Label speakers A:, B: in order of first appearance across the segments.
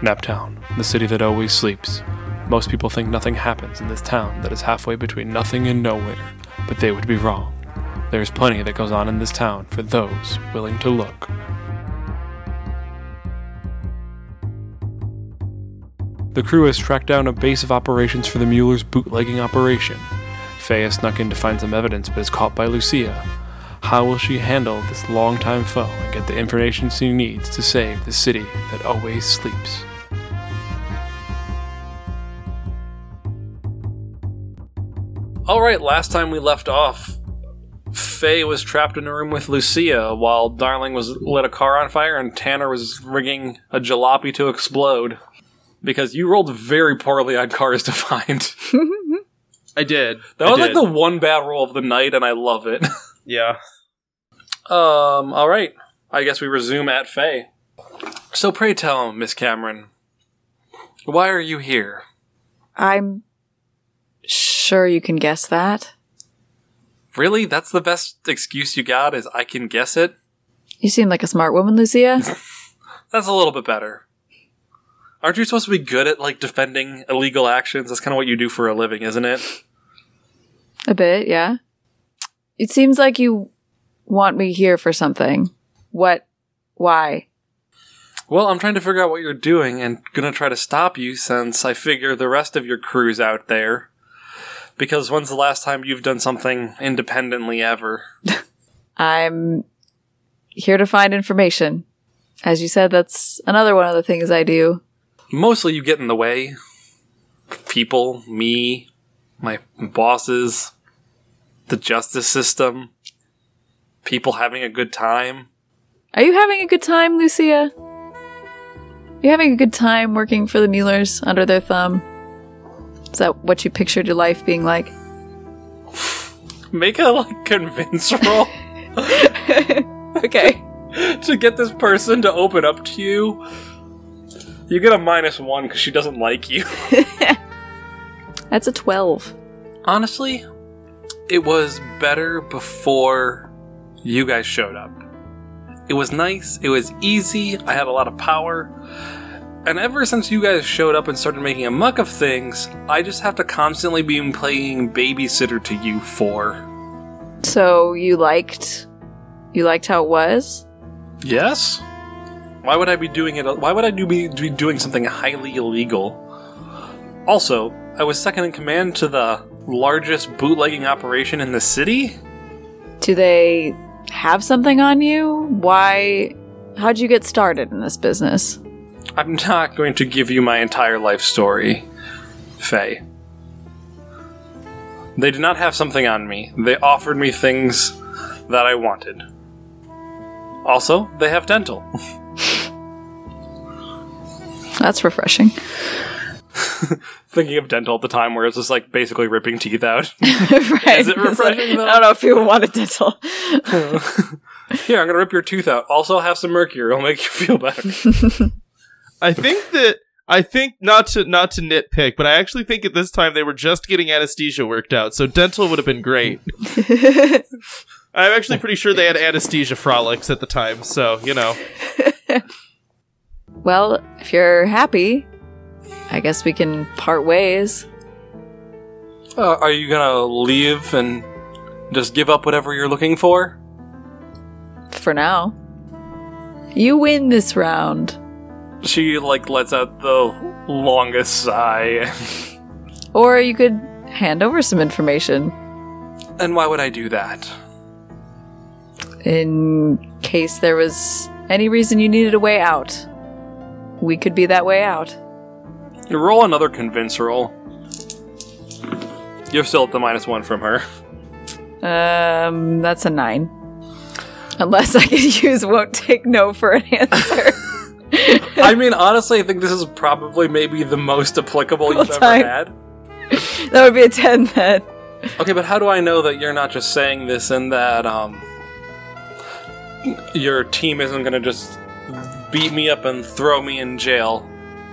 A: Naptown, the city that always sleeps. Most people think nothing happens in this town that is halfway between nothing and nowhere, but they would be wrong. There is plenty that goes on in this town for those willing to look. The crew has tracked down a base of operations for the Mueller's bootlegging operation. Faye has snuck in to find some evidence but is caught by Lucia. How will she handle this longtime foe and get the information she needs to save the city that always sleeps? All right, last time we left off, Faye was trapped in a room with Lucia while Darling was lit a car on fire and Tanner was rigging a jalopy to explode. Because you rolled very poorly on cars to find.
B: I did.
A: That
B: I
A: was like
B: did.
A: the one bad roll of the night, and I love it.
B: yeah.
A: Um, all right. I guess we resume at Faye. So pray tell, Miss Cameron, why are you here?
C: I'm sure you can guess that.
A: Really? That's the best excuse you got is I can guess it?
C: You seem like a smart woman, Lucia.
A: That's a little bit better. Aren't you supposed to be good at like defending illegal actions? That's kind of what you do for a living, isn't it?
C: a bit, yeah. It seems like you want me here for something. What? Why?
A: Well, I'm trying to figure out what you're doing and gonna try to stop you since I figure the rest of your crew's out there. Because when's the last time you've done something independently ever?
C: I'm here to find information. As you said, that's another one of the things I do.
A: mostly you get in the way. People, me, my bosses, the justice system, people having a good time.
C: Are you having a good time, Lucia? You having a good time working for the Muellers under their thumb? Is that what you pictured your life being like?
A: Make a like convince roll
C: okay.
A: to get this person to open up to you. You get a minus one because she doesn't like you.
C: That's a 12.
A: Honestly, it was better before you guys showed up. It was nice, it was easy, I had a lot of power. And ever since you guys showed up and started making a muck of things, I just have to constantly be playing babysitter to you for.
C: So you liked you liked how it was?
A: Yes? Why would I be doing it? Why would I do be, be doing something highly illegal? Also, I was second in command to the largest bootlegging operation in the city?
C: Do they have something on you? Why how'd you get started in this business?
A: I'm not going to give you my entire life story, Faye. They did not have something on me. They offered me things that I wanted. Also, they have dental.
C: That's refreshing.
A: Thinking of dental at the time where it's just like basically ripping teeth out.
C: right.
A: Is it refreshing, though?
C: I don't know if you want a dental.
A: Here, I'm gonna rip your tooth out. Also, have some mercury. It'll make you feel better.
B: I think that I think not to not to nitpick, but I actually think at this time they were just getting anesthesia worked out, so dental would have been great. I'm actually pretty sure they had anesthesia frolics at the time, so you know.
C: well, if you're happy, I guess we can part ways.
A: Uh, are you gonna leave and just give up whatever you're looking for?
C: For now. You win this round.
A: She like lets out the longest sigh.
C: Or you could hand over some information.
A: and why would I do that?
C: in case there was any reason you needed a way out. We could be that way out.
A: You roll another convince roll. You're still at the minus one from her.
C: Um, that's a nine. Unless I could use won't take no for an answer.
A: I mean, honestly, I think this is probably maybe the most applicable you've
C: Full
A: ever
C: time.
A: had.
C: that would be a ten then.
A: Okay, but how do I know that you're not just saying this and that um your team isn't gonna just beat me up and throw me in jail?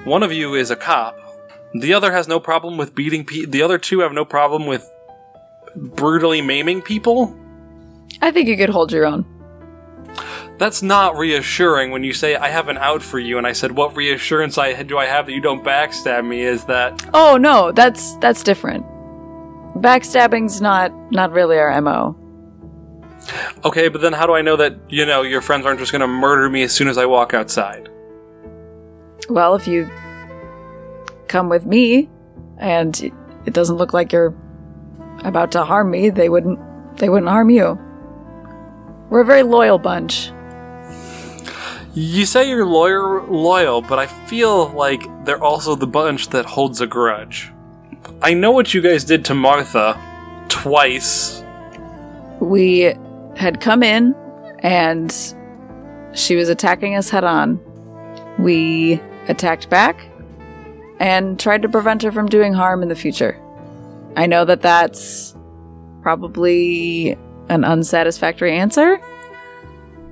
A: One of you is a cop. The other has no problem with beating pe- the other two have no problem with brutally maiming people.
C: I think you could hold your own.
A: That's not reassuring when you say I have an out for you, and I said, "What reassurance I do I have that you don't backstab me?" Is that
C: Oh no, that's that's different. Backstabbing's not not really our MO.
A: okay? But then how do I know that you know your friends aren't just going to murder me as soon as I walk outside?
C: Well, if you come with me and it doesn't look like you're about to harm me, they wouldn't they wouldn't harm you. We're a very loyal bunch.
A: You say you're lawyer loyal, but I feel like they're also the bunch that holds a grudge. I know what you guys did to Martha twice.
C: We had come in and she was attacking us head on. We attacked back and tried to prevent her from doing harm in the future. I know that that's probably an unsatisfactory answer,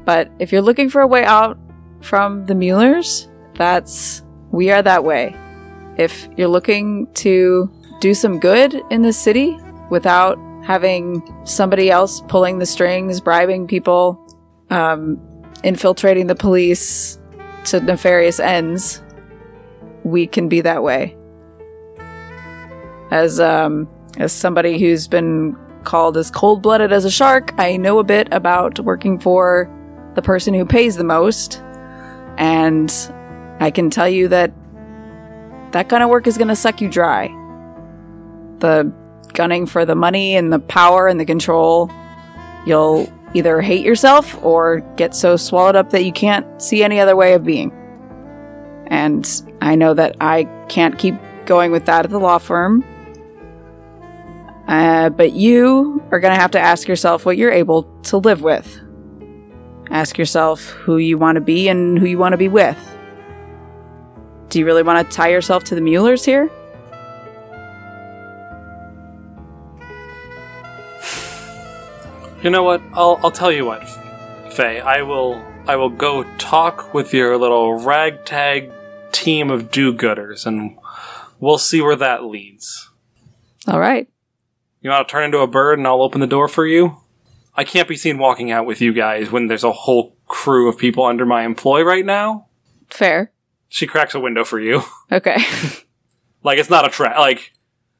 C: but if you're looking for a way out from the Muellers, that's we are that way. If you're looking to do some good in this city without having somebody else pulling the strings, bribing people, um, infiltrating the police to nefarious ends, we can be that way. As um, as somebody who's been called as cold-blooded as a shark, I know a bit about working for the person who pays the most, and I can tell you that that kind of work is going to suck you dry. The gunning for the money and the power and the control, you'll either hate yourself or get so swallowed up that you can't see any other way of being. And I know that I can't keep going with that at the law firm. Uh, but you are going to have to ask yourself what you're able to live with. Ask yourself who you want to be and who you want to be with. Do you really want to tie yourself to the Muellers here?
A: You know what? I'll, I'll tell you what, Faye. I will I will go talk with your little ragtag team of do-gooders, and we'll see where that leads.
C: All right.
A: You want to turn into a bird, and I'll open the door for you. I can't be seen walking out with you guys when there's a whole crew of people under my employ right now.
C: Fair.
A: She cracks a window for you.
C: Okay.
A: Like it's not a trap. Like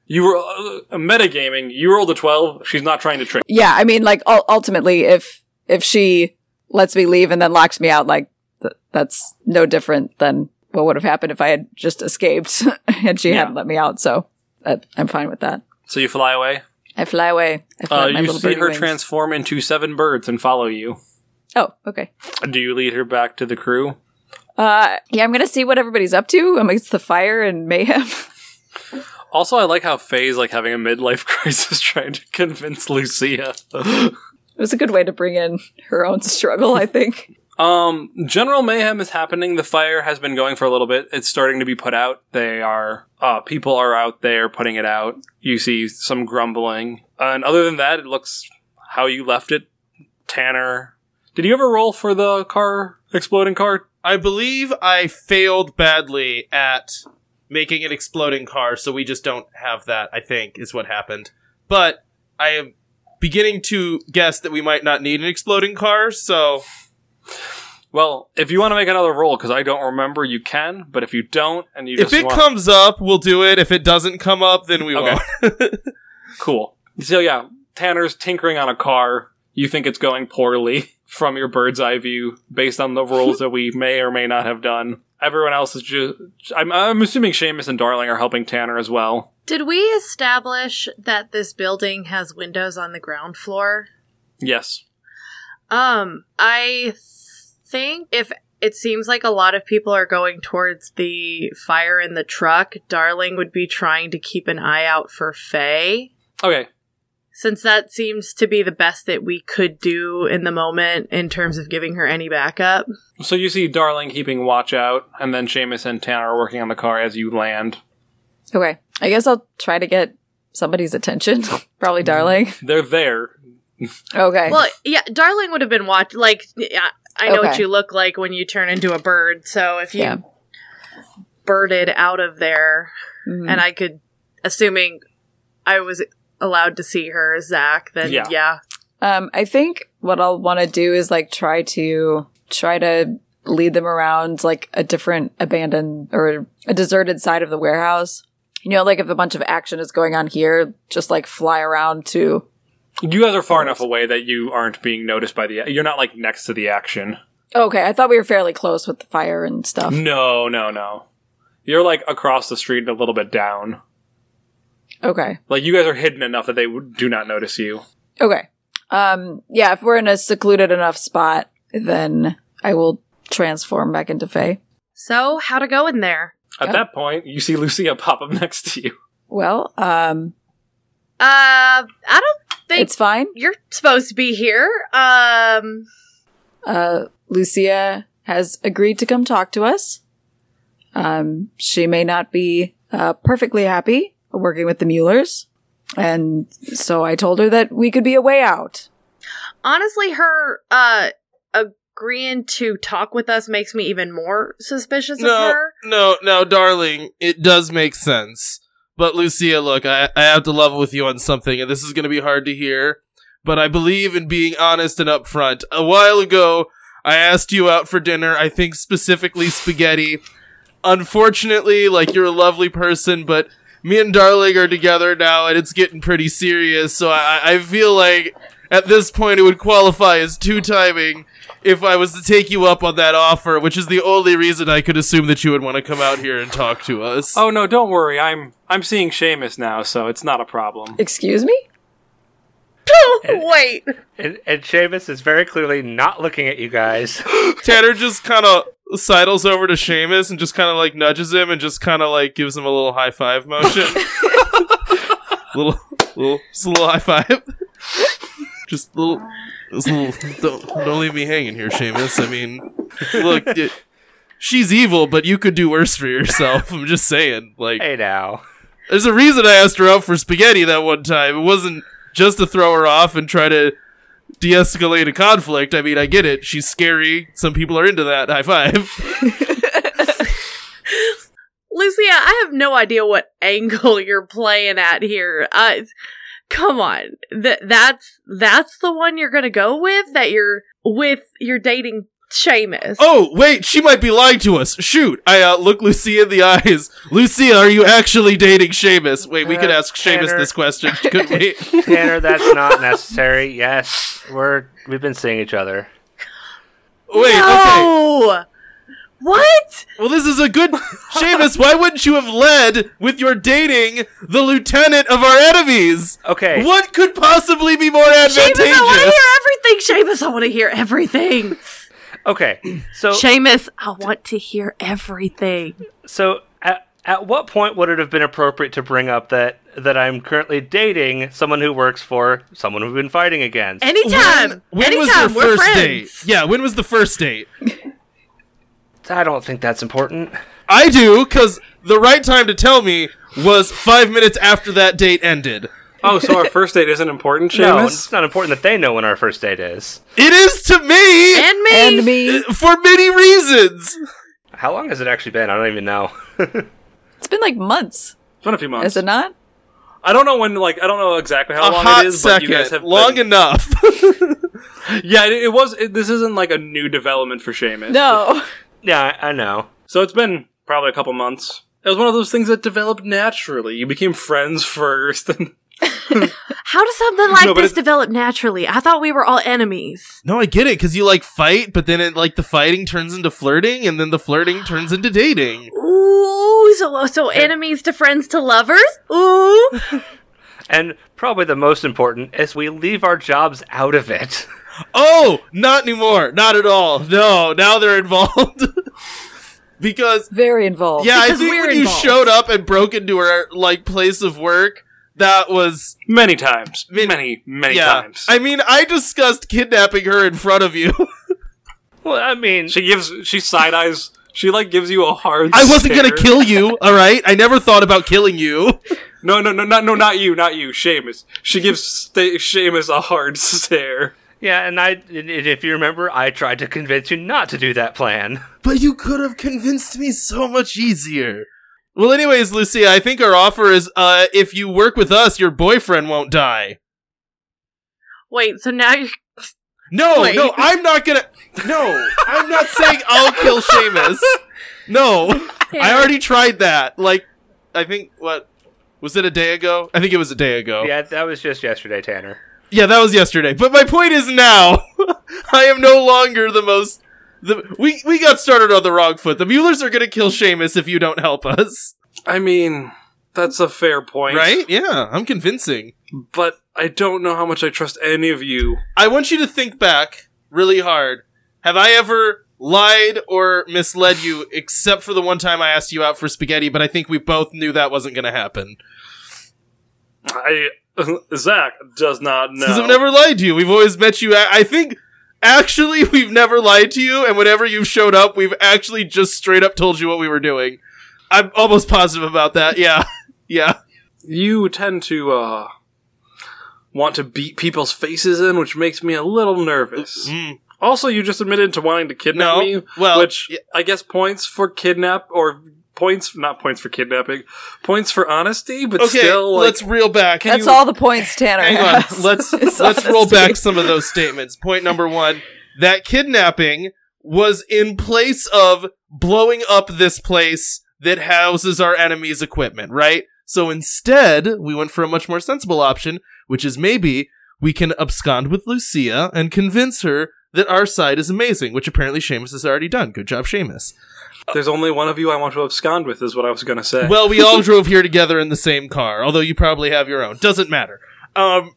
A: you were uh, metagaming. You rolled a twelve. She's not trying to trick.
C: yeah i mean like ul- ultimately if if she lets me leave and then locks me out like th- that's no different than what would have happened if i had just escaped and she
A: Yeah.
C: hadn't let me out so I, i'm fine with that
A: So you fly away.
C: i fly away I fly
A: Uh,
C: with my
A: you
C: little
A: see
C: birdie
A: her
C: wings.
A: transform into seven birds and follow you.
C: oh okay
A: Do you lead her back to the crew?
C: uh yeah i'm gonna see what everybody's up to amidst the fire and mayhem
A: Also, I like how Faye's like having a midlife crisis trying to convince Lucia.
C: it was a good way to bring in her own struggle i think
A: Um, general mayhem is happening. The fire has been going for a little bit. It's starting to be put out. They are uh, people are out there putting it out. You see some grumbling, and other than that, it looks how you left it. Tanner, did you ever roll for the car exploding car?
B: I believe I failed badly at making an exploding car, so we just don't have that, I think, is what happened. But I am beginning to guess that we might not need an exploding car, so
A: Well, if you want to make another roll, because I don't remember, you can. But if you don't, and you
B: if
A: just
B: it
A: want,
B: comes up, we'll do it. If it doesn't come up, then we
A: Okay.
B: won't.
A: cool. So yeah, Tanner's tinkering on a car. You think it's going poorly from your bird's eye view, based on the rules that we may or may not have done. Everyone else is just. I'm, I'm assuming Seamus and Darling are helping Tanner as well.
D: Did we establish that this building has windows on the ground floor?
A: Yes.
D: Um, I think if it seems like a lot of people are going towards the fire in the truck, Darling would be trying to keep an eye out for Faye.
A: Okay.
D: Since that seems to be the best that we could do in the moment in terms of giving her any backup.
A: So you see Darling keeping watch out, and then Seamus and Tanner are working on the car as you land.
C: okay i guess i'll try to get somebody's attention
A: Mm-hmm.
C: probably darling
A: They're there.
C: okay
D: Well, yeah, Darling would have been watched. Like, yeah, I know what
C: Okay.
D: you look like when you turn into a bird. So if you
C: Yeah.
D: birded out of there,
C: Mhm.
D: and I could, assuming I was allowed to see her, Zach, then
A: Yeah.
D: yeah.
C: Um, I think what I'll want to do is like try to try to lead them around like a different abandoned or a deserted side of the warehouse. You know, like if a bunch of action is going on here, just like fly around to.
A: You guys are far enough away that you aren't being noticed by the. You're not like next to the action.
C: Okay, I thought we were fairly close with the fire and stuff.
A: No, no, no. You're like across the street and a little bit down.
C: Okay.
A: Like you guys are hidden enough that they w- do not notice you.
C: Okay. Um, yeah, if we're in a secluded enough spot, then I will transform back into Faye.
D: So, how to go in there?
A: At
C: Yeah.
A: that point, you see Lucia pop up next to you.
C: Well, um,
D: Uh, I don't think
C: it's fine.
D: you're supposed to be here. Um,
C: Uh, Lucia has agreed to come talk to us. Um, she may not be uh, perfectly happy working with the Muellers. And so I told her that we could be a way out.
D: honestly, her uh agreeing to talk with us makes me even more suspicious
B: no,
D: of her.
B: no, no, darling. It does make sense. But Lucia, look, I, I have to level with you on something, and this is going to be hard to hear. But I believe in being honest and upfront. A while ago, I asked you out for dinner. I think specifically spaghetti. Unfortunately, like you're a lovely person, but me and darling are together now, and it's getting pretty serious. So I, I I feel like at this point it would qualify as two timing if I was to take you up on that offer, which is the only reason I could assume that you would want to come out here and talk to us.
A: Oh no, don't worry. I'm I'm seeing Seamus now, so it's not a problem.
C: Excuse me?
D: Wait,
E: And, and Seamus is very clearly not looking at you guys.
B: Tanner just kind of sidles over to Seamus and just kind of like nudges him and just kind of like gives him a little high five motion. little, little, just a little high five. just little, just little. Don't, don't leave me hanging here, Seamus. I mean, look, it, she's evil, but you could do worse for yourself. I'm just saying, like.
E: Hey now.
B: There's a reason I asked her out for spaghetti that one time. It wasn't just to throw her off and try to de escalate a conflict. I mean, I get it. She's scary. Some people are into that. High five.
D: Lucia, I have no idea what angle you're playing at here. Uh, it's- come on, Th- that's that's the one you're gonna go with. That you're with. You're dating Seamus.
B: Oh, wait. She might be lying to us. Shoot. I uh, look Lucia in the eyes. Lucia, are you actually dating Seamus? Wait, we could
E: Uh,
B: ask Seamus
E: Tanner.
B: this question, couldn't we?
E: Tanner, that's not necessary. Yes. We're we've been seeing each other.
B: Wait, okay.
D: no. What?
B: Well, this is a good. Seamus, why wouldn't you have led with your dating the lieutenant of our enemies?
E: Okay.
B: What could possibly be more
D: Seamus,
B: advantageous?
D: I want to hear everything. Seamus, I want to hear everything.
E: Okay.
B: Oh.
E: So
D: Seamus, I want to hear everything.
E: so at, at what point would it have been appropriate to bring up that that I'm currently dating someone who works for someone we've been fighting against?
D: Anytime.
B: When was your
D: Anytime. We're
B: first
D: friends.
B: date? Yeah, when was the first date?
E: I don't think that's important.
B: I do, because the right time to tell me was five minutes after that date ended.
A: Oh, so our first date isn't important,
E: No,
A: Seamus.
E: it's not important that they know when our first date is.
B: It is to me
D: And me.
C: And me.
B: for many reasons.
E: How long has it actually been? I don't even know.
C: It's been like months,
A: It's been a few months.
C: is it not?
A: I don't know when. Like I don't know exactly how
B: A
A: long
B: hot
A: it is,
B: second,
A: but you guys have
B: long
A: been-
B: enough.
A: yeah, it, it was. It, this isn't like a new development for Seamus.
C: No.
E: yeah, I, I know.
A: So it's been probably a couple months. It was one of those things that developed naturally. You became friends first, and
D: How does something like
A: No, but
D: this
A: it-
D: develop naturally? I thought we were all enemies.
B: no, I get it, because you like fight, but then it like the fighting turns into flirting, and then the flirting turns into dating.
D: Ooh, so so enemies to friends to lovers. Ooh,
E: And probably the most important is we leave our jobs out of it.
B: Oh, not anymore. Not at all. No, now they're involved. because
C: Very involved.
B: Yeah, I
D: Because
B: think
D: we're
B: when
D: involved.
B: you showed up and broke into her like place of work, that was
A: many times,
B: Min-
A: many, many
B: yeah.
A: times.
B: I mean, I discussed kidnapping her in front of you.
E: Well, I mean,
A: she gives. She side eyes. She like gives you a hard.
B: I wasn't
A: stare.
B: gonna kill you, all right? I never thought about killing you.
A: No, no, no, not no, not you, not you, Seamus. She gives sta Seamus a hard stare.
E: yeah, and I, and if you remember, I tried to convince you not to do that plan.
B: But you could have convinced me so much easier. Well, anyways, Lucia, I think our offer is uh, if you work with us, your boyfriend won't die.
D: wait. So now you
B: No,
D: Wait.
B: no, I'm not gonna. No, I'm not saying I'll kill Seamus. No, I already tried that. Like, I think what was it a day ago? I think it was a day ago.
E: Yeah, that was just yesterday, Tanner.
B: Yeah, that was yesterday. But my point is now, I am no longer the most. The, we we got started on the wrong foot. The Muellers are gonna kill Seamus if you don't help us,
A: I mean, that's a fair point,
B: right? Yeah, I'm convincing.
A: But I don't know how much I trust any of you.
B: I want you to think back really hard. Have I ever lied or misled you, except for the one time I asked you out for spaghetti? But I think we both knew that wasn't gonna happen
A: I Zach does not know.
B: because I've never lied to you. We've always met you. I, I think. Actually, we've never lied to you, and whenever you've showed up, we've actually just straight up told you what we were doing. I'm almost positive about that. Yeah. Yeah.
A: you tend to uh, want to beat people's faces in, which makes me a little nervous.
B: Mm.
A: Also, you just admitted to wanting to kidnap
B: No,
A: me,
B: well,
A: which
B: y-
A: I guess points for kidnap or points not points for kidnapping, points for honesty, but
B: Okay,
A: still like
B: let's reel back.
C: That's all the points Tanner
B: Hang on.
C: has.
B: Let's
C: It's
B: let's roll
C: honesty.
B: back some of those statements. Point number 1, that kidnapping was in place of blowing up this place that houses our enemy's equipment, right? So instead, we went for a much more sensible option, which is maybe we can abscond with Lucia and convince her that our side is amazing, which apparently Seamus has already done. Good job, Seamus.
A: there's only one of you I want to abscond with is what I was going to say.
B: Well, we all drove here together in the same car, although you probably have your own. Doesn't matter. Um,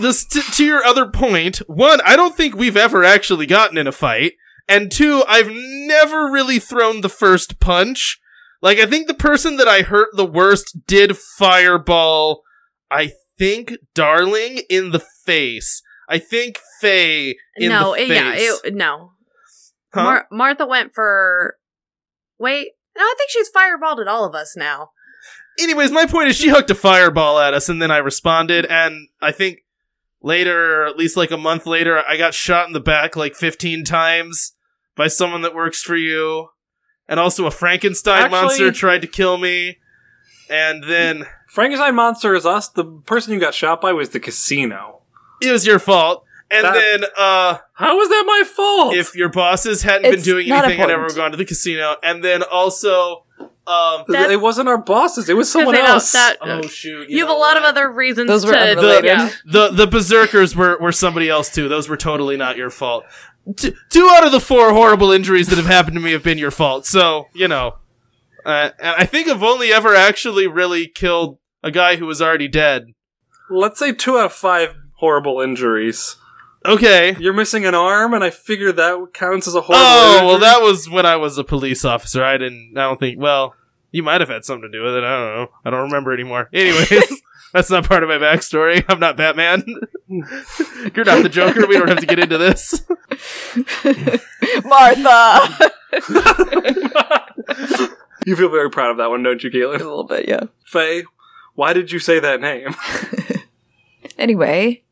B: this to, to your other point. One, I don't think we've ever actually gotten in a fight, and two, I've never really thrown the first punch. Like, I think the person that I hurt the worst did fireball. I think, darling, in the face. I think Faye in
D: no,
B: the
D: it-
B: face.
D: yeah, it, no.
B: Huh?
D: Mar- Martha went for. Wait, no, I think she's fireballed at all of us now.
B: anyways, my point is she hooked a fireball at us, and then I responded, and I think later, or at least like a month later, I got shot in the back like 15 times by someone that works for you, and also a Frankenstein
A: Actually-
B: monster tried to kill me, and then
A: Frankenstein monster is us. The person you got shot by was the casino.
B: it was your fault. And
A: That-
B: then, uh,
A: How was that my fault?
B: if your bosses hadn't been
C: It's
B: doing
C: not
B: anything, I'd never
C: important.
B: gone to the casino. And then also, um,
D: That's-
A: it wasn't our bosses, it was someone
D: Because I know
A: else.
D: that-
B: oh shoot,
D: You, have
B: know
D: a lot of
B: what?
D: other reasons
C: Those were
D: to.
C: unrelated.
D: yeah.
B: The the berserkers were were somebody else too. Those were totally not your fault. T- two out of the four horrible injuries that have happened to me have been your fault. So you know, uh, and I think I've only ever actually really killed a guy who was already dead.
A: Let's say two out of five horrible injuries.
B: Okay.
A: You're missing an arm, and I figure that counts as a horrible.
B: Oh
A: injury.
B: well, that was when I was a police officer. I didn't. I don't think. Well, you might have had something to do with it. I don't know. I don't remember anymore. Anyways. That's not part of my backstory. I'm not Batman. You're not the Joker. We don't have to get into this.
C: Martha.
A: you feel very proud of that one, don't you,
C: a
A: Caitlin?
C: little bit, yeah.
A: Faye, why did you say that name?
C: Anyway,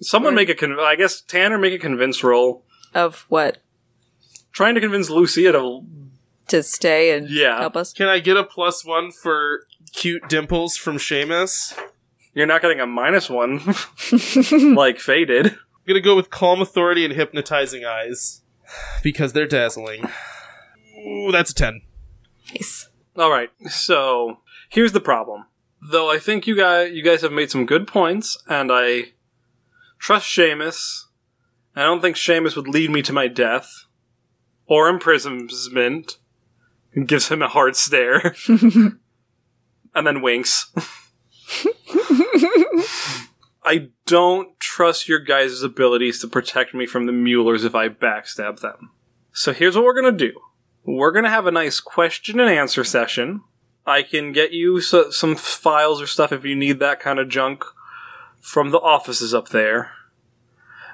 A: Someone make a con- I guess Tanner make a convince roll,
C: of what
A: trying to convince Lucia to.
C: to stay and
A: Yeah.
C: help us.
B: Can I get a plus one for cute dimples from Seamus? I'm
A: You're not getting a minus one, like Faye did.
B: gonna go with calm authority and hypnotizing eyes because they're dazzling. Ooh, that's a ten.
C: Nice.
A: All right, so here's the problem. Though I think you guys you guys have made some good points, and I trust Seamus. I don't think Seamus would lead me to my death or imprisonment. And gives him a hard stare, and then winks. I don't trust your guys' abilities to protect me from the Muellers if I backstab them. So here's what we're gonna do we're going to have a nice question and answer session. I can get you so- some files or stuff if you need that kind of junk from the offices up there.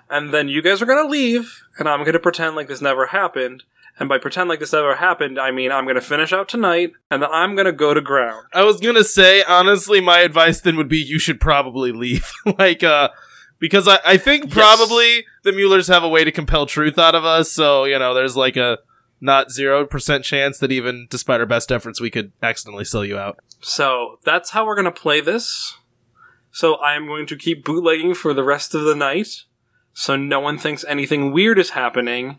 A: And then you guys are going to leave, and I'm going to pretend like this never happened. And by pretend like this never happened, I mean I'm going to finish out tonight, and then I'm going to go to ground.
B: I was gonna say honestly, my advice then would be you should probably leave. like, uh, because I, I think
A: Yes.
B: probably the Muellers have a way to compel truth out of us. So you know, there's like a not zero percent chance that even despite our best efforts, we could accidentally sell you out.
A: So that's how we're going to play this. So I am going to keep bootlegging for the rest of the night, so no one thinks anything weird is happening,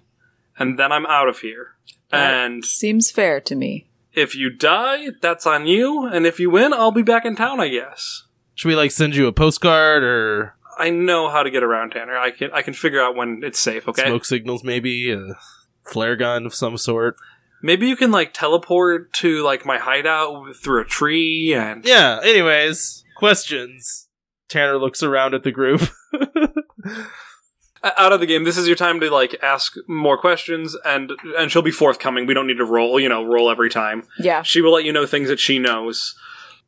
A: and then I'm out of here. And
C: Seems fair to me.
A: if you die, that's on you, and if you win, I'll be back in town, I guess.
B: Should we like send you a postcard or
A: I know how to get around Tanner. I can I can figure out when it's safe, okay?
B: smoke signals? Maybe a flare gun of some sort.
A: Maybe you can like teleport to like my hideout through a tree and
B: Yeah. Anyways, questions. Tanner looks around at the group.
A: O- out of the game. This is your time to like ask more questions and and she'll be forthcoming. We don't need to roll, you know, roll every time.
C: Yeah.
A: She will let you know things that she knows.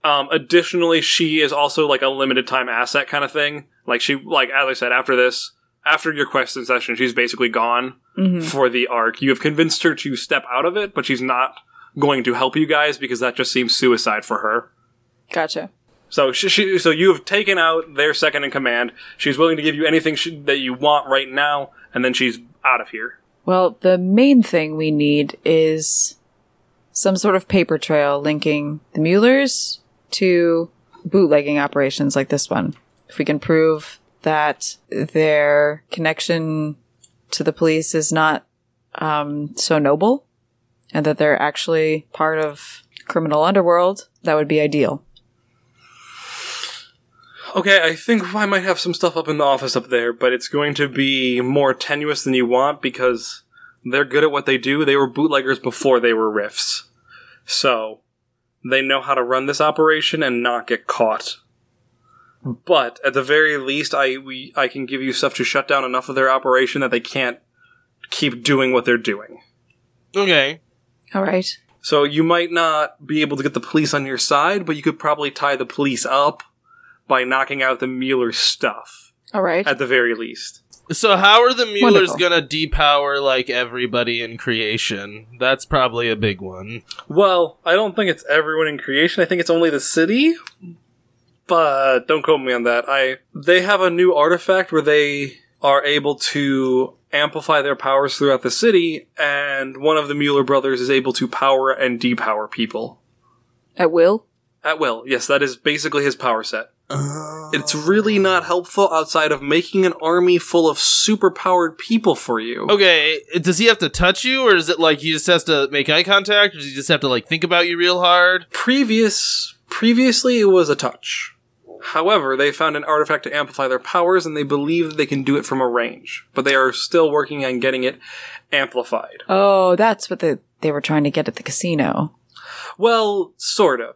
A: Um, additionally, she is also like a limited time asset kind of thing. Like she, like as I said, after this, after your question session, she's basically gone
C: hmm
A: for the arc. You have convinced her to step out of it, but she's not going to help you guys because that just seems suicide for her.
C: Gotcha.
A: So she, she, so you have taken out their second in command. She's willing to give you anything she, that you want right now, and then she's out of here.
C: Well, the main thing we need is some sort of paper trail linking the Muellers to bootlegging operations like this one. If we can prove that their connection to the police is not um, so noble and that they're actually part of criminal underworld, that would be ideal.
A: Okay, I think I might have some stuff up in the office up there, but it's going to be more tenuous than you want because they're good at what they do. They were bootleggers before they were riffs. So they know how to run this operation and not get caught. But at the very least, I we I can give you stuff to shut down enough of their operation that they can't keep doing what they're doing.
B: okay.
C: All right.
A: So you might not be able to get the police on your side, but you could probably tie the police up by knocking out the Mueller stuff
C: All right.
A: at the very least.
B: So how are the Muellers
C: Wonderful.
B: gonna depower like everybody in creation? That's probably a big one.
A: Well, I don't think it's everyone in creation. I think it's only the city. But don't quote me on that. I they have a new artifact where they are able to amplify their powers throughout the city, and one of the Mueller brothers is able to power and depower people
C: at will.
A: at will. Uh, Yes, that is basically his power set. It's really not helpful outside of making an army full of superpowered people for you.
B: Okay, does he have to touch you, or is it like he just has to make eye contact, or does he just have to like think about you real hard?
A: previous previously it was a touch. However, they found an artifact to amplify their powers, and they believe that they can do it from a range. But they are still working on getting it amplified.
C: Oh, that's what the, they were trying to get at the casino.
A: Well, sort of.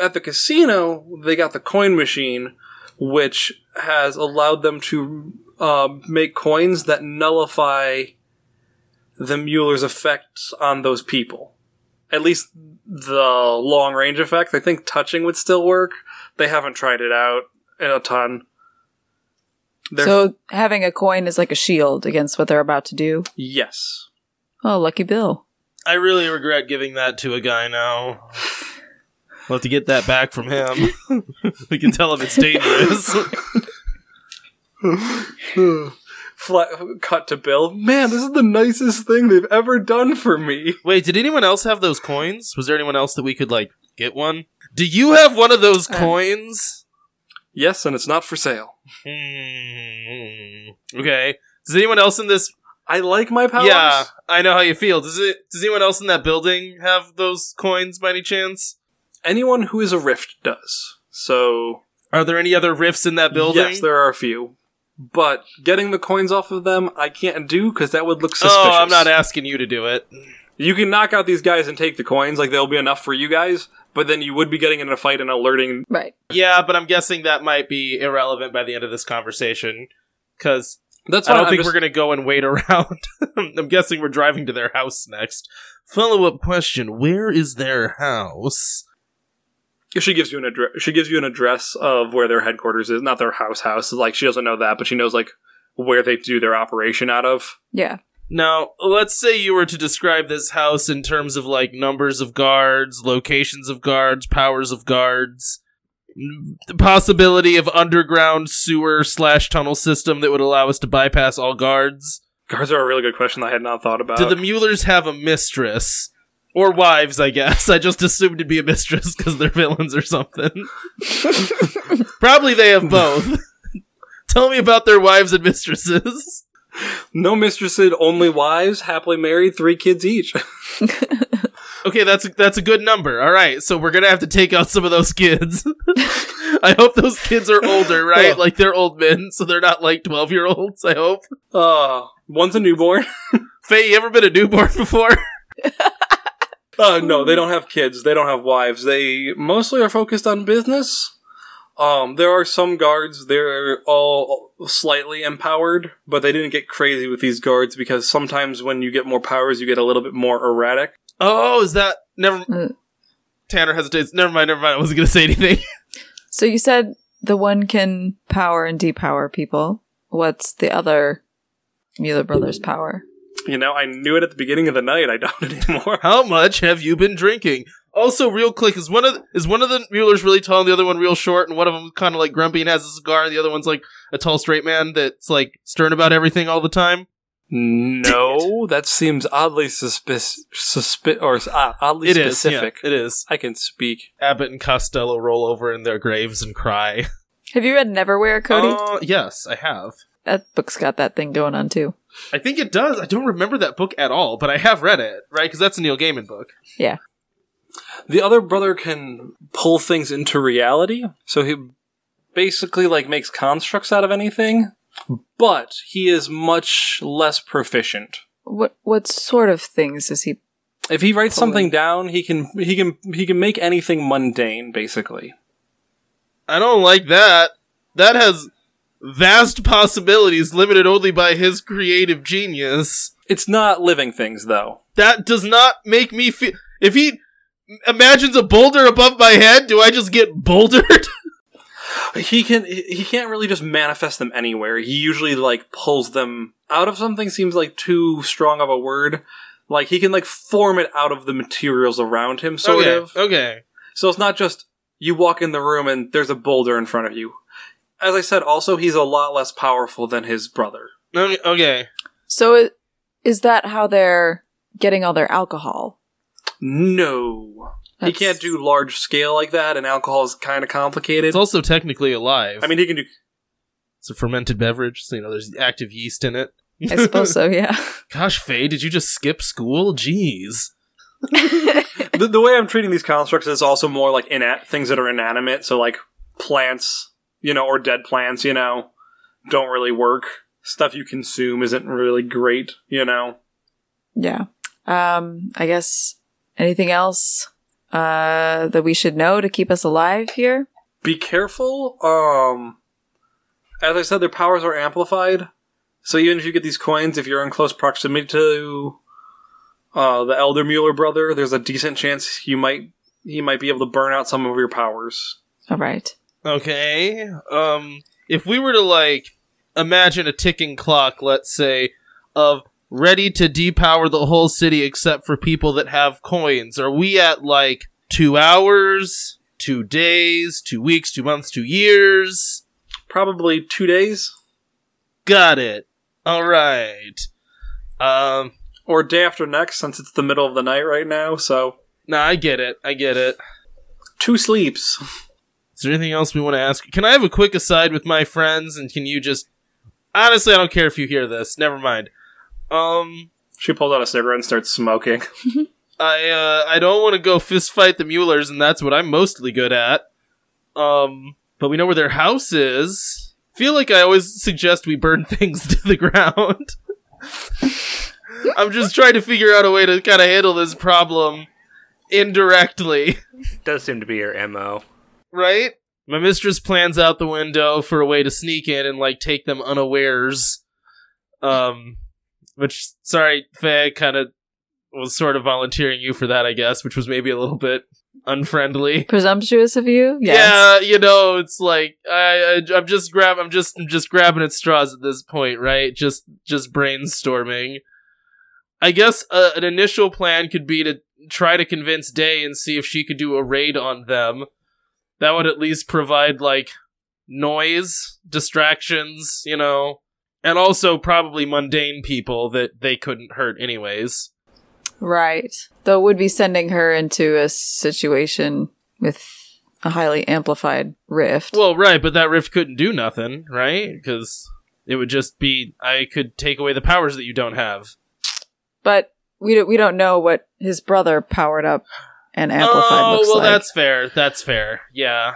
A: At the casino, they got the coin machine, which has allowed them to uh, make coins that nullify the Mueller's effects on those people. At least the long range effect. I think touching would still work. They haven't tried it out a ton. They're-
C: so having a coin is like a shield against what they're about to do.
A: yes.
C: Oh, lucky Bill.
B: I really regret giving that to a guy now. We'll have to get that back from him. we can tell him it's dangerous.
A: Fla- cut to Bill. Man, this is the nicest thing they've ever done for me.
B: Wait, did anyone else have those coins? Was there anyone else that we could like get one? Do you have one of those
C: Uh,
B: coins?
A: Yes, and it's not for sale.
B: Hmm. Okay. Does anyone else in this?
A: I like my powers.
B: Yeah, I know how you feel. Does it? Does anyone else in that building have those coins by any chance?
A: Anyone who is a rift does. So
B: Are there any other rifts in that building?
A: yes, there are a few. But getting the coins off of them, I can't do because that would look suspicious.
B: Oh, I'm not asking you to do it.
A: You can knock out these guys and take the coins, like they'll be enough for you guys. But then you would be getting in a fight and alerting.
C: Right.
B: Yeah, but I'm guessing that might be irrelevant by the end of this conversation because
A: That's
B: I
A: why
B: don't think we're gonna go and wait around. I'm guessing we're driving to their house next. Follow up question: Where is their house?
A: gonna. She gives you an address. She gives you an address of where their headquarters is, not their house. House. Like she doesn't know that, but she knows like where they do their operation out of.
C: Yeah.
B: Now, let's say you were to describe this house in terms of like numbers of guards, locations of guards, powers of guards, m- the possibility of underground sewer slash tunnel system that would allow us to bypass all guards.
A: Guards are a really good question that I had not thought about.
B: Do the Muellers have a mistress? Or wives, I guess. I just assumed it'd be a mistress because they're villains or something. Probably they have both. Tell me about their wives and mistresses.
A: No mistresses, only wives, happily married, three kids each.
B: Okay, that's a, that's a good number. All right, so we're gonna have to take out some of those kids. I hope those kids are older, right?
A: Yeah.
B: Like they're old men, so they're not like twelve year olds. I hope.
A: Oh, one's a newborn.
B: Faye, you ever been a newborn before?
A: Uh, no, they don't have kids. They don't have wives. They mostly are focused on business. Um, there are some guards. They're all slightly empowered, but they didn't get crazy with these guards because sometimes when you get more powers, you get a little bit more erratic.
B: oh, is that never?
C: Mm.
B: Tanner hesitates. Never mind. Never mind. I wasn't gonna say anything.
C: So you said the one can power and depower people. What's the other Mueller Brothers power?
A: You know, I knew it at the beginning of the night. I don't anymore.
B: How much have you been drinking? Also, real quick, is one of is one of the Mueller's really tall and the other one real short, and one of them kind of like grumpy and has a cigar, and the other one's like a tall straight man that's like stern about everything all the time.
A: No, that seems oddly suspicious, suspi- or uh, oddly
B: It is, yeah,
A: specific.
B: it is.
A: I can speak.
B: Abbott and Costello roll over in their graves and cry.
C: Have you read Neverwhere, Cody?
B: Uh, yes, I have.
C: that book's got that thing going on too.
B: I think it does. I don't remember that book at all, but I have read it, right? Because that's a Neil Gaiman book.
A: The other brother can pull things into reality, so he basically like makes constructs out of anything, but he is much less proficient.
C: What what sort of things is he?
A: If he writes
C: Pulling.
A: something down, he can he can he can make anything mundane basically.
B: I don't like that. That has vast possibilities limited only by his creative genius.
A: It's not living things though.
B: That does not make me feel. If he imagines a boulder above my head, do I just get bouldered?
A: He can he can't really just manifest them anywhere. He usually like pulls them out of something seems like too strong of a word. Like he can like form it out of the materials around him sort
B: okay.
A: of.
B: Okay.
A: So it's not just you walk in the room and there's a boulder in front of you. As I said, also he's a lot less powerful than his brother.
B: Okay. okay.
C: So i- is that how they're getting all their alcohol?
A: No.
C: That's-
A: He can't do large scale like that, and alcohol is kind of complicated.
B: It's also technically alive.
A: I mean, he can do.
B: it's a fermented beverage, so you know there's active yeast in it.
C: I suppose so. Yeah.
B: Gosh, Faye, did you just skip school? Jeez.
A: The, the way I'm treating these constructs is also more like inat- things that are inanimate, so like plants, you know, or dead plants, you know, don't really work. Stuff you consume isn't really great, you know.
C: yeah. Um. I guess anything else uh that we should know to keep us alive here?
A: be careful. Um, as I said, their powers are amplified, so even if you get these coins, if you're in close proximity to uh, the Elder Mueller brother, there's a decent chance you might he might be able to burn out some of your powers.
C: All right.
B: Okay. Um if we were to like imagine a ticking clock, let's say, of ready to depower the whole city except for people that have coins, are we at like 2 hours, 2 days, 2 weeks, 2 months, 2 years?
A: Probably two days
B: Got it. All right. Um
A: or day after next, since it's the middle of the night right now. So
B: no, I get it. I get it.
A: two sleeps.
B: Is there anything else we want to ask? Can I have a quick aside with my friends and can you just Honestly, I don't care if you hear this. Never mind. Um
A: She pulls out a cigarette and starts smoking.
B: I uh, I don't want to go fist fight the Muellers, and that's what I'm mostly good at. Um, but we know where their house is. Feel like I always suggest we burn things to the ground. I'm just trying to figure out a way to kind of handle this problem indirectly,
E: Does seem to be your MO.
B: right? My mistress plans out the window for a way to sneak in and like take them unawares. Um, which sorry, Faye, kind of was sort of volunteering you for that, I guess, which was maybe a little bit unfriendly.
C: Presumptuous of you.
B: Yeah, you know, it's like I, I I'm just grab I'm just I'm just grabbing at straws at this point, right? Just just brainstorming. I guess uh, an initial plan could be to try to convince Day and see if she could do a raid on them. That would at least provide like noise, distractions, you know, and also probably mundane people that they couldn't hurt anyways.
C: Right. Though it would be sending her into a situation with a highly amplified rift.
B: Well, right, but that rift couldn't do nothing, right? Because it would just be I could take away the powers that you don't have.
C: but we don't, we don't know what his brother powered up and amplified
B: oh,
C: looks
B: well,
C: like.
B: that's fair. That's fair. Yeah.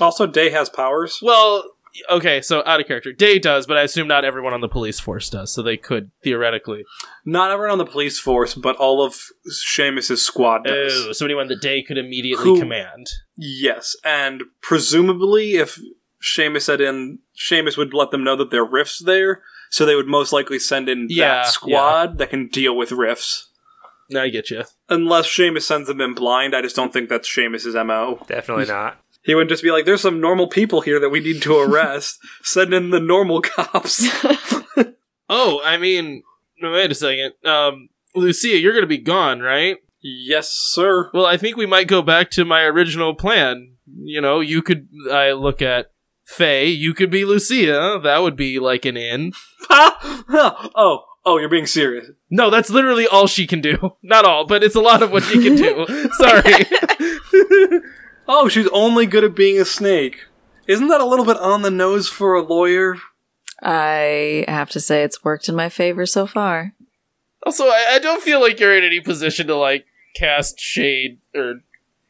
A: Also, Day has powers.
B: Well, okay, so out of character. Day does, but I assume not everyone on the police force does, so they could theoretically.
A: Not everyone on the police force, but all of Seamus' squad does.
B: Oh, so anyone that Day could immediately
A: Who-
B: command.
A: Yes, and presumably, if Seamus had in, Seamus would let them know that there are rifts there, so they would most likely send in
B: Yeah,
A: that squad that can deal with rifts.
B: No, I get you.
A: Unless Seamus sends them in blind, I just don't think that's Seamus's MO.
E: Definitely not.
A: He would just be like, there's some normal people here that we need to arrest. Send in the normal cops.
B: Oh, I mean, no, wait a second. Um, Lucia, you're going to be gone, right?
A: yes, sir.
B: Well, I think we might go back to my original plan. You know, you could I look at Faye, you could be Lucia. That would be like an in.
A: oh, oh, you're being serious.
B: No, that's literally all she can do. Not all, but it's a lot of what she can do. Sorry.
A: Oh, she's only good at being a snake. Isn't that a little bit on the nose for a lawyer?
C: I have to say it's worked in my favor so far.
B: also, I, I don't feel like you're in any position to like cast shade or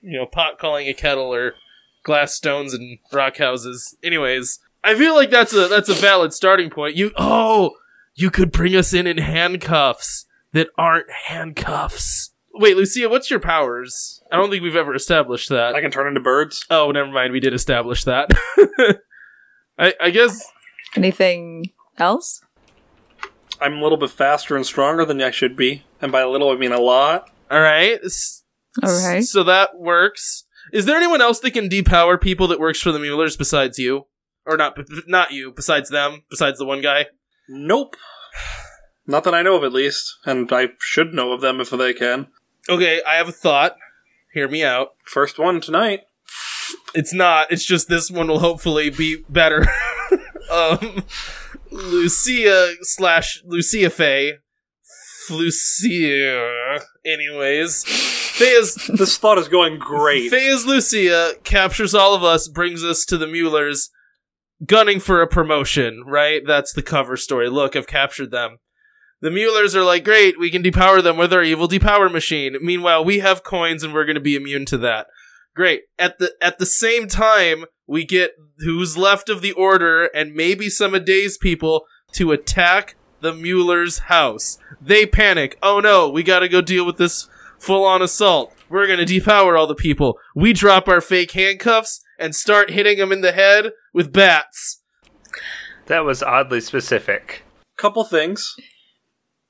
B: you know, pot calling a kettle or glass stones and rock houses. Anyways, I feel like that's a that's a valid starting point. You oh, you could bring us in in handcuffs that aren't handcuffs. Wait, Lucia, what's your powers? I don't think we've ever established that.
A: I can turn into birds.
B: Oh, never mind. We did establish that. I, I guess.
C: Anything else?
A: I'm a little bit faster and stronger than I should be, and by little I mean a lot.
B: All right. S-
C: All right.
B: So that works. Is there anyone else that can depower people that works for the Muellers besides you, or not? b- Not you. Besides them. Besides the one guy.
A: Nope. Not that I know of, at least, and I should know of them if they can.
B: Okay. I have a thought. Hear me out.
A: First one tonight.
B: It's not. It's just this one will hopefully be better. um, Lucia slash Lucia Faye. Lucia. Anyways, Faye is
A: This thought is going great.
B: Faye is Lucia, captures all of us, brings us to the Muellers, gunning for a promotion, right? That's the cover story. Look, I've captured them. The Muellers are like, great, we can depower them with our evil depower machine. Meanwhile, we have coins and we're going to be immune to that. Great. At the at the same time, we get who's left of the order and maybe some of Day's people to attack the Mueller's house. They panic. Oh no, we got to go deal with this full on assault. We're going to depower all the people. We drop our fake handcuffs and start hitting them in the head with bats.
E: That was oddly specific.
A: Couple things.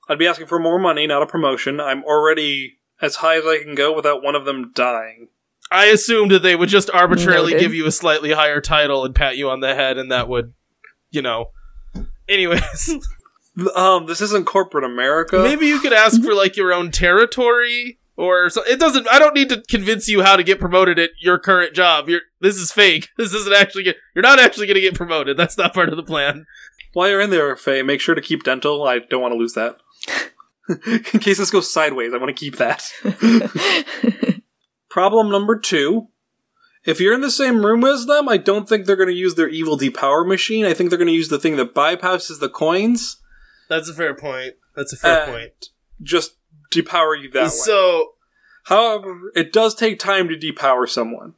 A: I'd be asking for more money, not a promotion. I'm already as high as I can go without one of them dying.
B: I assumed that they would just arbitrarily
C: Noted.
B: give you a slightly higher title and pat you on the head, and that would, you know. Anyways,
A: Um, this isn't corporate America.
B: maybe you could ask for like your own territory or so. It doesn't. I don't need to convince you how to get promoted at your current job. You're this is fake. This isn't actually. Get, you're not actually going to get promoted. That's not part of the plan.
A: While you're in there, Faye, make sure to keep dental. I don't want to lose that. in case this goes sideways, I want to keep that. Problem number two. If you're in the same room as them, I don't think they're going to use their evil depower machine. I think they're going to use the thing that bypasses the coins,
B: That's a fair point. That's a fair
A: Uh,
B: point.
A: just depower you that way.
B: So
A: However, it does take time to depower someone.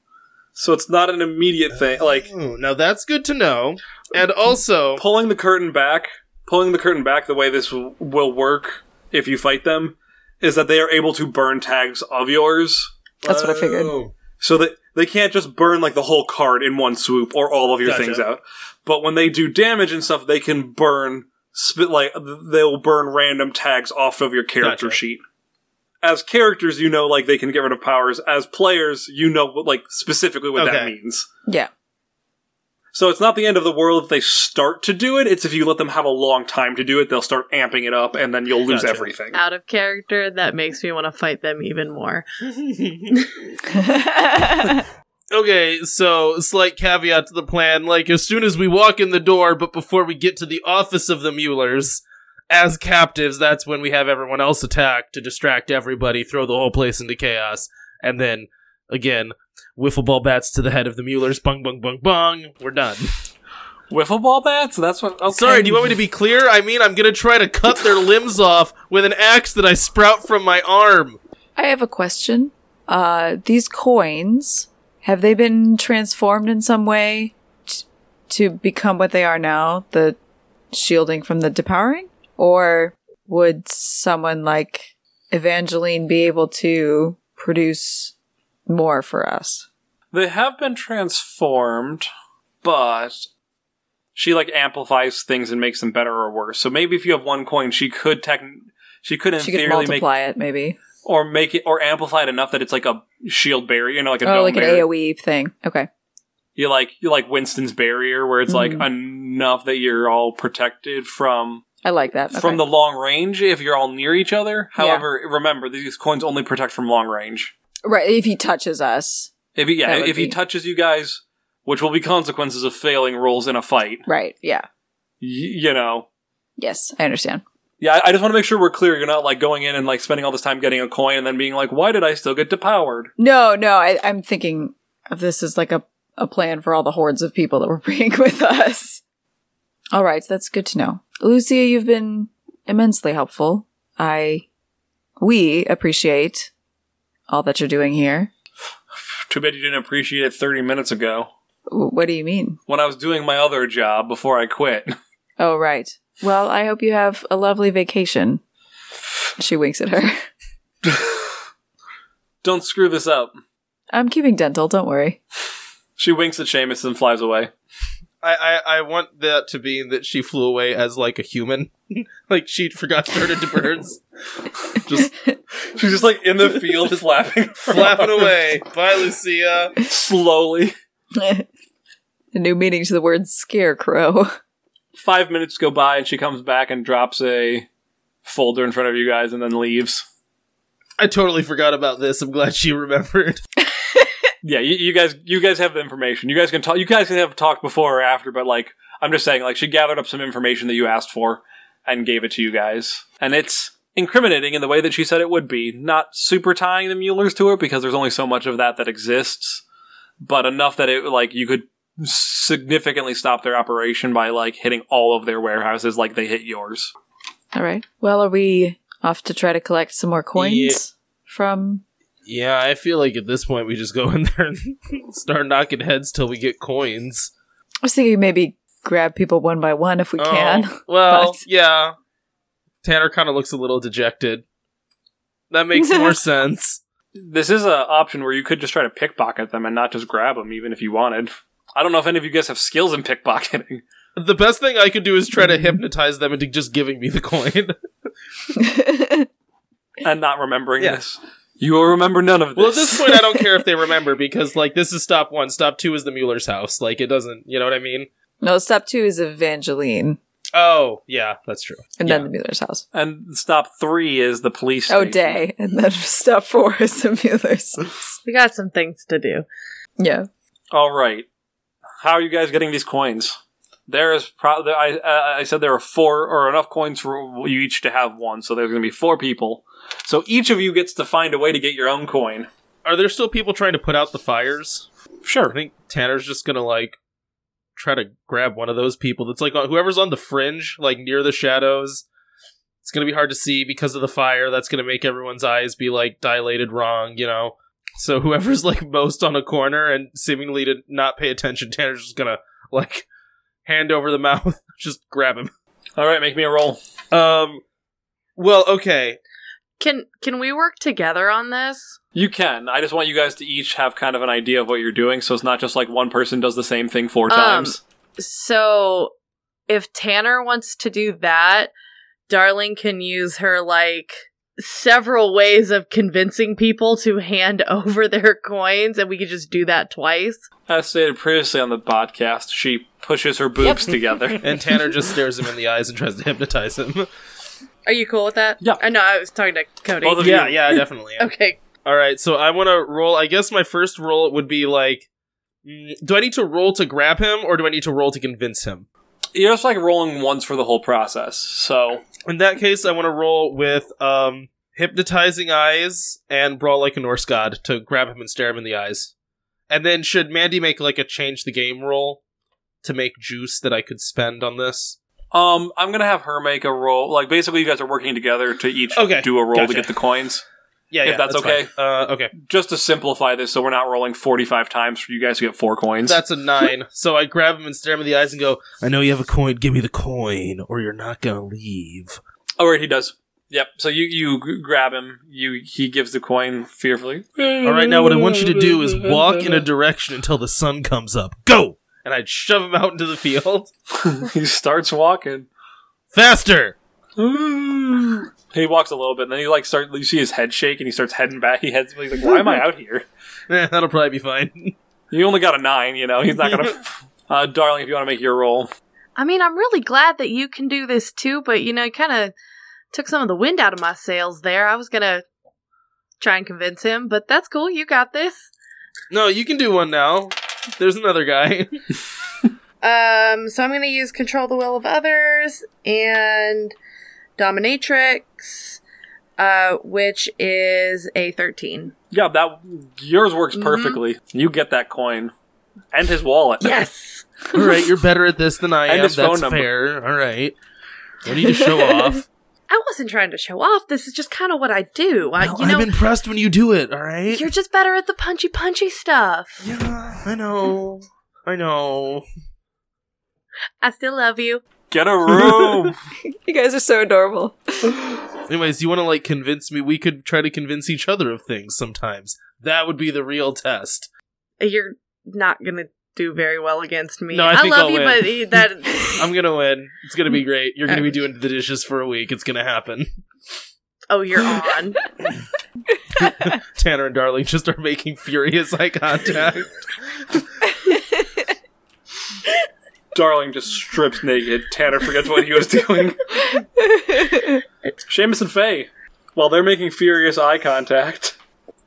A: So it's not an immediate thing. Like,
B: ooh, now that's good to know. And also,
A: pulling the curtain back, pulling the curtain back the way this w- will work if you fight them, is that they are able to burn tags of yours.
C: That's what I figured.
B: Oh.
A: So that they can't just burn like the whole card in one swoop or all of your
B: Gotcha.
A: things out. But when they do damage and stuff, they can burn spit like they'll burn random tags off of your character
B: Gotcha.
A: sheet. As characters, you know, like they can get rid of powers. As players, you know, what like specifically what that
B: Okay.
A: means.
C: Yeah.
A: So it's not the end of the world if they start to do it. It's if you let them have a long time to do it, they'll start amping it up, and then you'll lose
B: Gotcha.
A: everything.
D: Out of character, that makes me want to fight them even more.
B: Okay, so slight caveat to the plan. Like, as soon as we walk in the door, but before we get to the office of the Muellers, as captives, that's when we have everyone else attack to distract everybody, throw the whole place into chaos, and then, again, wiffle ball bats to the head of the Muellers. Bung, bung, bung, bung. We're done.
A: Wiffle ball bats? That's what. Okay.
B: Sorry, do you want me to be clear? I mean, I'm gonna try to cut their limbs off with an axe that I sprout from my arm.
C: I have a question. Uh, these coins have they been transformed in some way t- to become what they are now? The shielding from the depowering, or would someone like Evangeline be able to produce more for us?
A: They have been transformed, but she like amplifies things and makes them better or worse. So maybe if you have one coin, she could tech she could in
C: She could
A: theory make
C: multiply it, maybe.
A: or make it or amplify it enough that it's like a shield barrier, you know, like a
C: Oh,
A: dome
C: like an
A: barrier.
C: AOE thing. Okay.
A: You like you like Winston's barrier where it's
C: Mhm.
A: like enough that you're all protected from
C: I like that. Okay.
A: from the long range if you're all near each other.
C: Yeah.
A: However, remember these coins only protect from long range.
C: right, if he touches us,
A: If he, yeah,
C: That would
A: if he
C: be-
A: touches you guys, which will be consequences of failing rolls in a fight,
C: right? Yeah.
A: y- you know.
C: Yes, I understand.
A: Yeah, I- I just want to make sure we're clear. You're not like going in and like spending all this time getting a coin and then being like, "Why did I still get depowered?"
C: No, no, I, I'm thinking of this as like a, a plan for all the hordes of people that we're bringing with us. All right, that's good to know. Lucia, you've been immensely helpful. I, we appreciate all that you're doing here.
A: Too bad you didn't appreciate it 30 minutes ago
C: W- What do you mean?
A: when I was doing my other job before I quit.
C: Oh, right. Well, I hope you have a lovely vacation. She winks at her.
A: Don't screw this up.
C: I'm keeping dental, don't worry.
A: She winks at Seamus and flies away.
B: I, I, I want that to be that she flew away as like a human, like she forgot to turn into birds,
A: Just she's just like in the field, just laughing,
B: flapping away. Bye, Lucia.
A: slowly.
C: a new meaning to the word scarecrow.
A: Five minutes go by, and she comes back and drops a folder in front of you guys, and then leaves.
B: I totally forgot about this. I'm glad she remembered.
A: Yeah, you, you guys, you guys have the information. You guys can talk. You guys can have talked before or after, but like, I'm just saying, like, she gathered up some information that you asked for and gave it to you guys, and it's incriminating in the way that she said it would be. Not super tying the Muellers to it because there's only so much of that that exists, but enough that it like you could significantly stop their operation by like hitting all of their warehouses like they hit yours.
C: All right. Well, are we off to try to collect some more coins
B: Yeah.
C: from?
B: Yeah, I feel like at this point we just go in there and start knocking heads till we get coins.
C: I was thinking maybe grab people one by one if we can.
B: Oh, well,
C: but-
B: yeah. Tanner kind of looks a little dejected. That makes more sense.
A: This is an option where you could just try to pickpocket them and not just grab them, even if you wanted. I don't know if any of you guys have skills in pickpocketing.
B: The best thing I could do is try to hypnotize them into just giving me the coin.
A: and not remembering
B: Yeah.
A: this. You will remember none of this.
B: well, at this point, I don't care if they remember because, like, this is stop one. Stop two is the Mueller's house. Like, it doesn't. You know what I mean?
C: no, step two is Evangeline,
B: Oh, yeah, that's true.
C: and
B: Yeah.
C: then the Mueller's house.
A: and stop three is the police.
C: Oh,
A: station.
C: day, and then step four is the Mueller's. house.
D: We got some things to do.
C: yeah.
A: All right. How are you guys getting these coins? There is pro- there- I uh, I said there are four or enough coins for you each to have one, so there's going to be four people. So each of you gets to find a way to get your own coin.
B: Are there still people trying to put out the fires? I
A: Sure.
B: think Tanner's just gonna like try to grab one of those people that's like whoever's on the fringe, like near the shadows. It's gonna be hard to see because of the fire. That's gonna make everyone's eyes be like dilated wrong, you know. So whoever's like most on a corner and seemingly to not pay attention, Tanner's just gonna like hand over the mouth, just grab him.
A: All right, make me a roll.
B: Um, well, okay.
D: Can can we work together on this?
A: You can. I just want you guys to each have kind of an idea of what you're doing, so it's not just like one person does the same thing four
D: Um,
A: times.
D: So if Tanner wants to do that, Darling can use her like several ways of convincing people to hand over their coins and we could just do that twice.
A: As stated previously on the podcast, she pushes her boobs together.
B: And Tanner just stares him in the eyes and tries to hypnotize him.
D: Are you cool with that?
A: Yeah.
D: I know I was talking to Cody.
A: Both of you.
B: yeah, yeah, definitely. yeah.
D: Okay.
B: All right, so I want to roll. I guess my first roll would be like, mm, do I need to roll to grab him, or do I need to roll to convince him?
A: You're just like rolling once for the whole process. So
B: In that case, I want to roll with um, hypnotizing eyes and brawl like a Norse god to grab him and stare him in the eyes, And then should Mandy make like a change the game roll to make juice that I could spend on this?
A: Um, I'm gonna have her make a roll. Like basically, you guys are working together to each
B: Okay,
A: do a roll
B: gotcha.
A: to get the coins.
B: Yeah,
A: If
B: yeah,
A: that's okay.
B: fine. Uh, okay,
A: Just to simplify this, so we're not rolling 45 times for you guys to get four coins.
B: that's a nine. so I grab him and stare him in the eyes and go, "I know you have a coin. Give me the coin, or you're not gonna leave."
A: oh, right, he does. Yep. So you you g- grab him. You he gives the coin fearfully.
B: All right, now what I want you to do is walk in a direction until the sun comes up. Go, and I'd shove him out into the field
A: he starts walking.
B: faster.
A: he walks a little bit, and then he like start. You see his head shake, and he starts heading back. He heads. He's like, "Why am I out here?
B: Eh, that'll probably be fine.
A: You only got a nine. You know, he's not gonna." uh, darling, if you want to make your roll,
D: I mean, I'm really glad that you can do this too, but you know, it kind of took some of the wind out of my sails there. I was going to try and convince him, but that's cool. You got this.
B: no, you can do one now. There's another guy.
D: Um, so I'm going to use control the will of others and dominatrix, uh, which is a 13.
A: yeah, that yours works
D: Mhm.
A: perfectly. You get that coin and his wallet.
D: Yes.
B: All right, you're better at this than I
A: And
B: am.
A: his
B: That's
A: phone number.
B: fair. All right. What do you show off?
D: I wasn't trying to show off. This is just kind of what I do. I,
B: No,
D: you know,
B: I'm impressed when you do it. All right.
D: you're just better at the punchy punchy stuff.
B: yeah, I know. I know.
D: I still love you.
A: Get a room.
C: You guys are so adorable.
B: Anyways, you want to like convince me? We could try to convince each other of things sometimes. That would be the real test.
D: You're not going to do very well against me.
B: No, I
D: I,
B: think
D: love
B: I'll
D: you,
B: win.
D: but you- that
B: I'm gonna win. It's gonna be great. You're gonna be doing the dishes for a week. It's gonna happen.
D: Oh, you're on.
B: Tanner and Darling just are making furious eye contact.
A: Darling just strips naked. Tanner forgets what he was doing. Seamus and Faye, while they're making furious eye contact,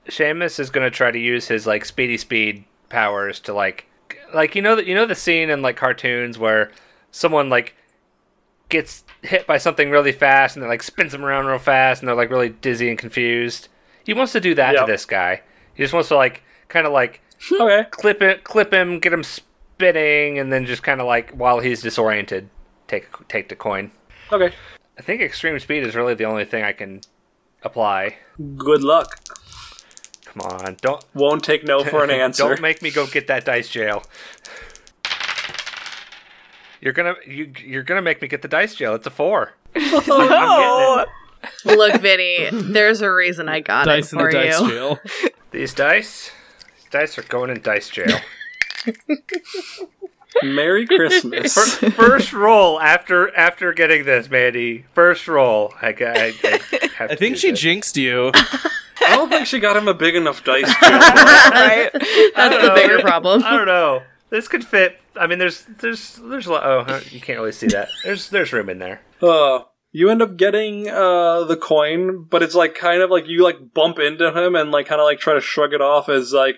E: Seamus is gonna try to use his like speedy speed powers to like g- like you know that you know the scene in like cartoons where someone like gets hit by something really fast and it like spins them around real fast and they're like really dizzy and confused. He wants to do that
A: Yeah.
E: to this guy. He just wants to like kind of like
A: okay,
E: clip it, clip him, get him spinning, and then just kind of like while he's disoriented, take take the coin.
A: okay,
E: I think extreme speed is really the only thing I can apply.
A: good luck.
E: Come on, don't
A: Won't take no for an answer.
E: Don't make me go get that dice jail. You're gonna you you're gonna make me get the dice jail. It's a four.
C: Oh,
D: Look, Vinny, there's a reason I got
B: Dice
D: it
B: in the
D: for
B: dice
D: you.
B: jail.
E: These dice, these dice are going in dice jail.
A: Merry Christmas.
E: Fir- first roll after after getting this, Mandy. First roll. I got. I, I, have
B: I
E: to
B: think
E: do
B: she
E: this.
B: jinxed you.
A: I don't think she got him a big enough dice. Jail.
C: right.
E: I
D: That's
E: don't
D: the
E: know.
D: bigger problem.
E: I don't know. This could fit. I mean, there's there's there's a lot. Oh, huh, you can't really see that. There's there's room in there.
A: Uh, you end up getting uh, the coin, but it's like kind of like you like bump into him and like kind of like try to shrug it off as like,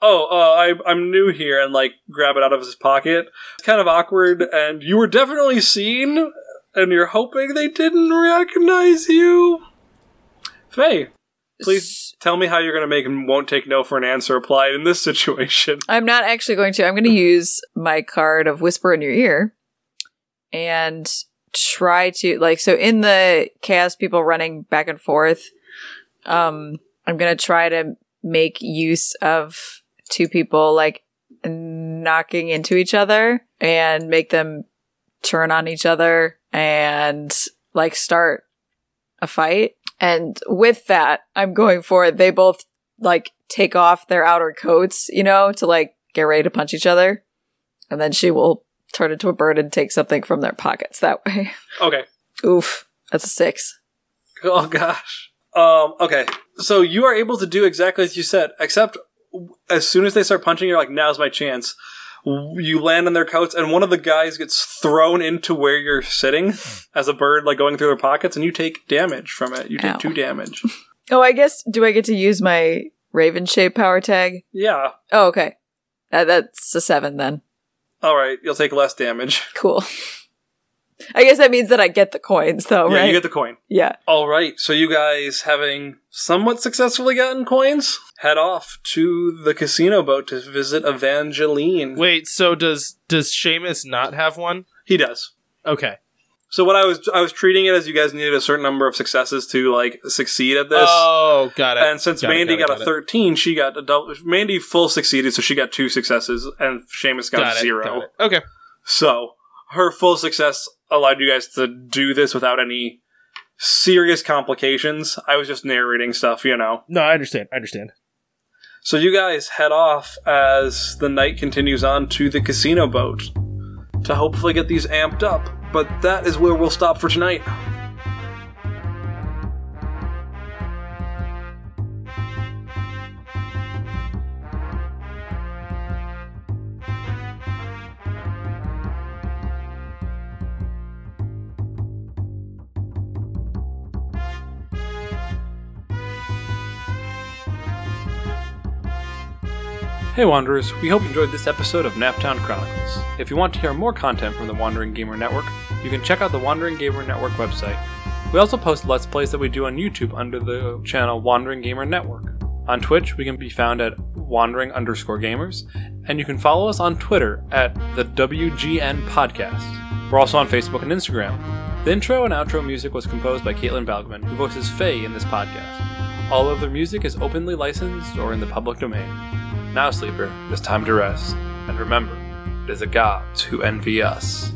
A: oh, uh, I, I'm new here, and like grab it out of his pocket. It's kind of awkward, and you were definitely seen, and you're hoping they didn't recognize you. Faye, please tell me how you're going to make him won't take no for an answer applied in this situation.
C: I'm not actually going to. I'm going to use my card of whisper in your ear and try to like so in the chaos people running back and forth um I'm going to try to make use of two people like knocking into each other and make them turn on each other and like start a fight and with that I'm going for it they both like take off their outer coats, you know, to like get ready to punch each other. And then she will turn into a bird and take something from their pockets that way.
A: Okay.
C: Oof. That's a six.
A: Oh gosh. Um. Okay. So you are able to do exactly as you said, except w- as soon as they start punching, you're like, "Now's my chance." W- You land on their coats, and one of the guys gets thrown into where you're sitting as a bird, like going through their pockets, and you take damage from it. You take
C: Ow.
A: two damage.
C: Oh, I guess do I get to use my raven shape power tag?
A: Yeah.
C: Oh, okay. Uh, that's a seven then.
A: All right. You'll take less damage.
C: Cool. I guess that means that I get the coins, though,
A: Yeah,
C: right?
A: you get the coin.
C: yeah.
A: All right, so you guys, having somewhat successfully gotten coins, head off to the casino boat to visit Evangeline.
B: Wait, so does does Seamus not have one?
A: He does.
B: Okay.
A: So what I was I was treating it as you guys needed a certain number of successes to like succeed at this.
B: oh, got it.
A: and since
B: Got it,
A: Mandy
B: got, it,
A: got,
B: got
A: a
B: it.
A: thirteen, she got a double. Mandy full succeeded, so she got two successes, and Seamus got,
B: Got it,
A: zero.
B: got it. Okay.
A: So her full success allowed you guys to do this without any serious complications. I was just narrating stuff, you know.
B: No, I understand. I understand.
A: So you guys head off as the night continues on to the casino boat to hopefully get these amped up. But that is where we'll stop for tonight. Hey Wanderers, we hope you enjoyed this episode of Naptown Chronicles. If you want to hear more content from the Wandering Gamer Network, you can check out the Wandering Gamer Network website. We also post Let's Plays that we do on YouTube under the channel Wandering Gamer Network. On Twitch, we can be found at wandering underscore gamers, and you can follow us on Twitter at the WGN Podcast. We're also on Facebook and Instagram. The intro and outro music was composed by Caitlin Balgman, who voices Faye in this podcast. All other music is openly licensed or in the public domain. Now, sleeper, it is time to rest. And remember, it is the gods who envy us.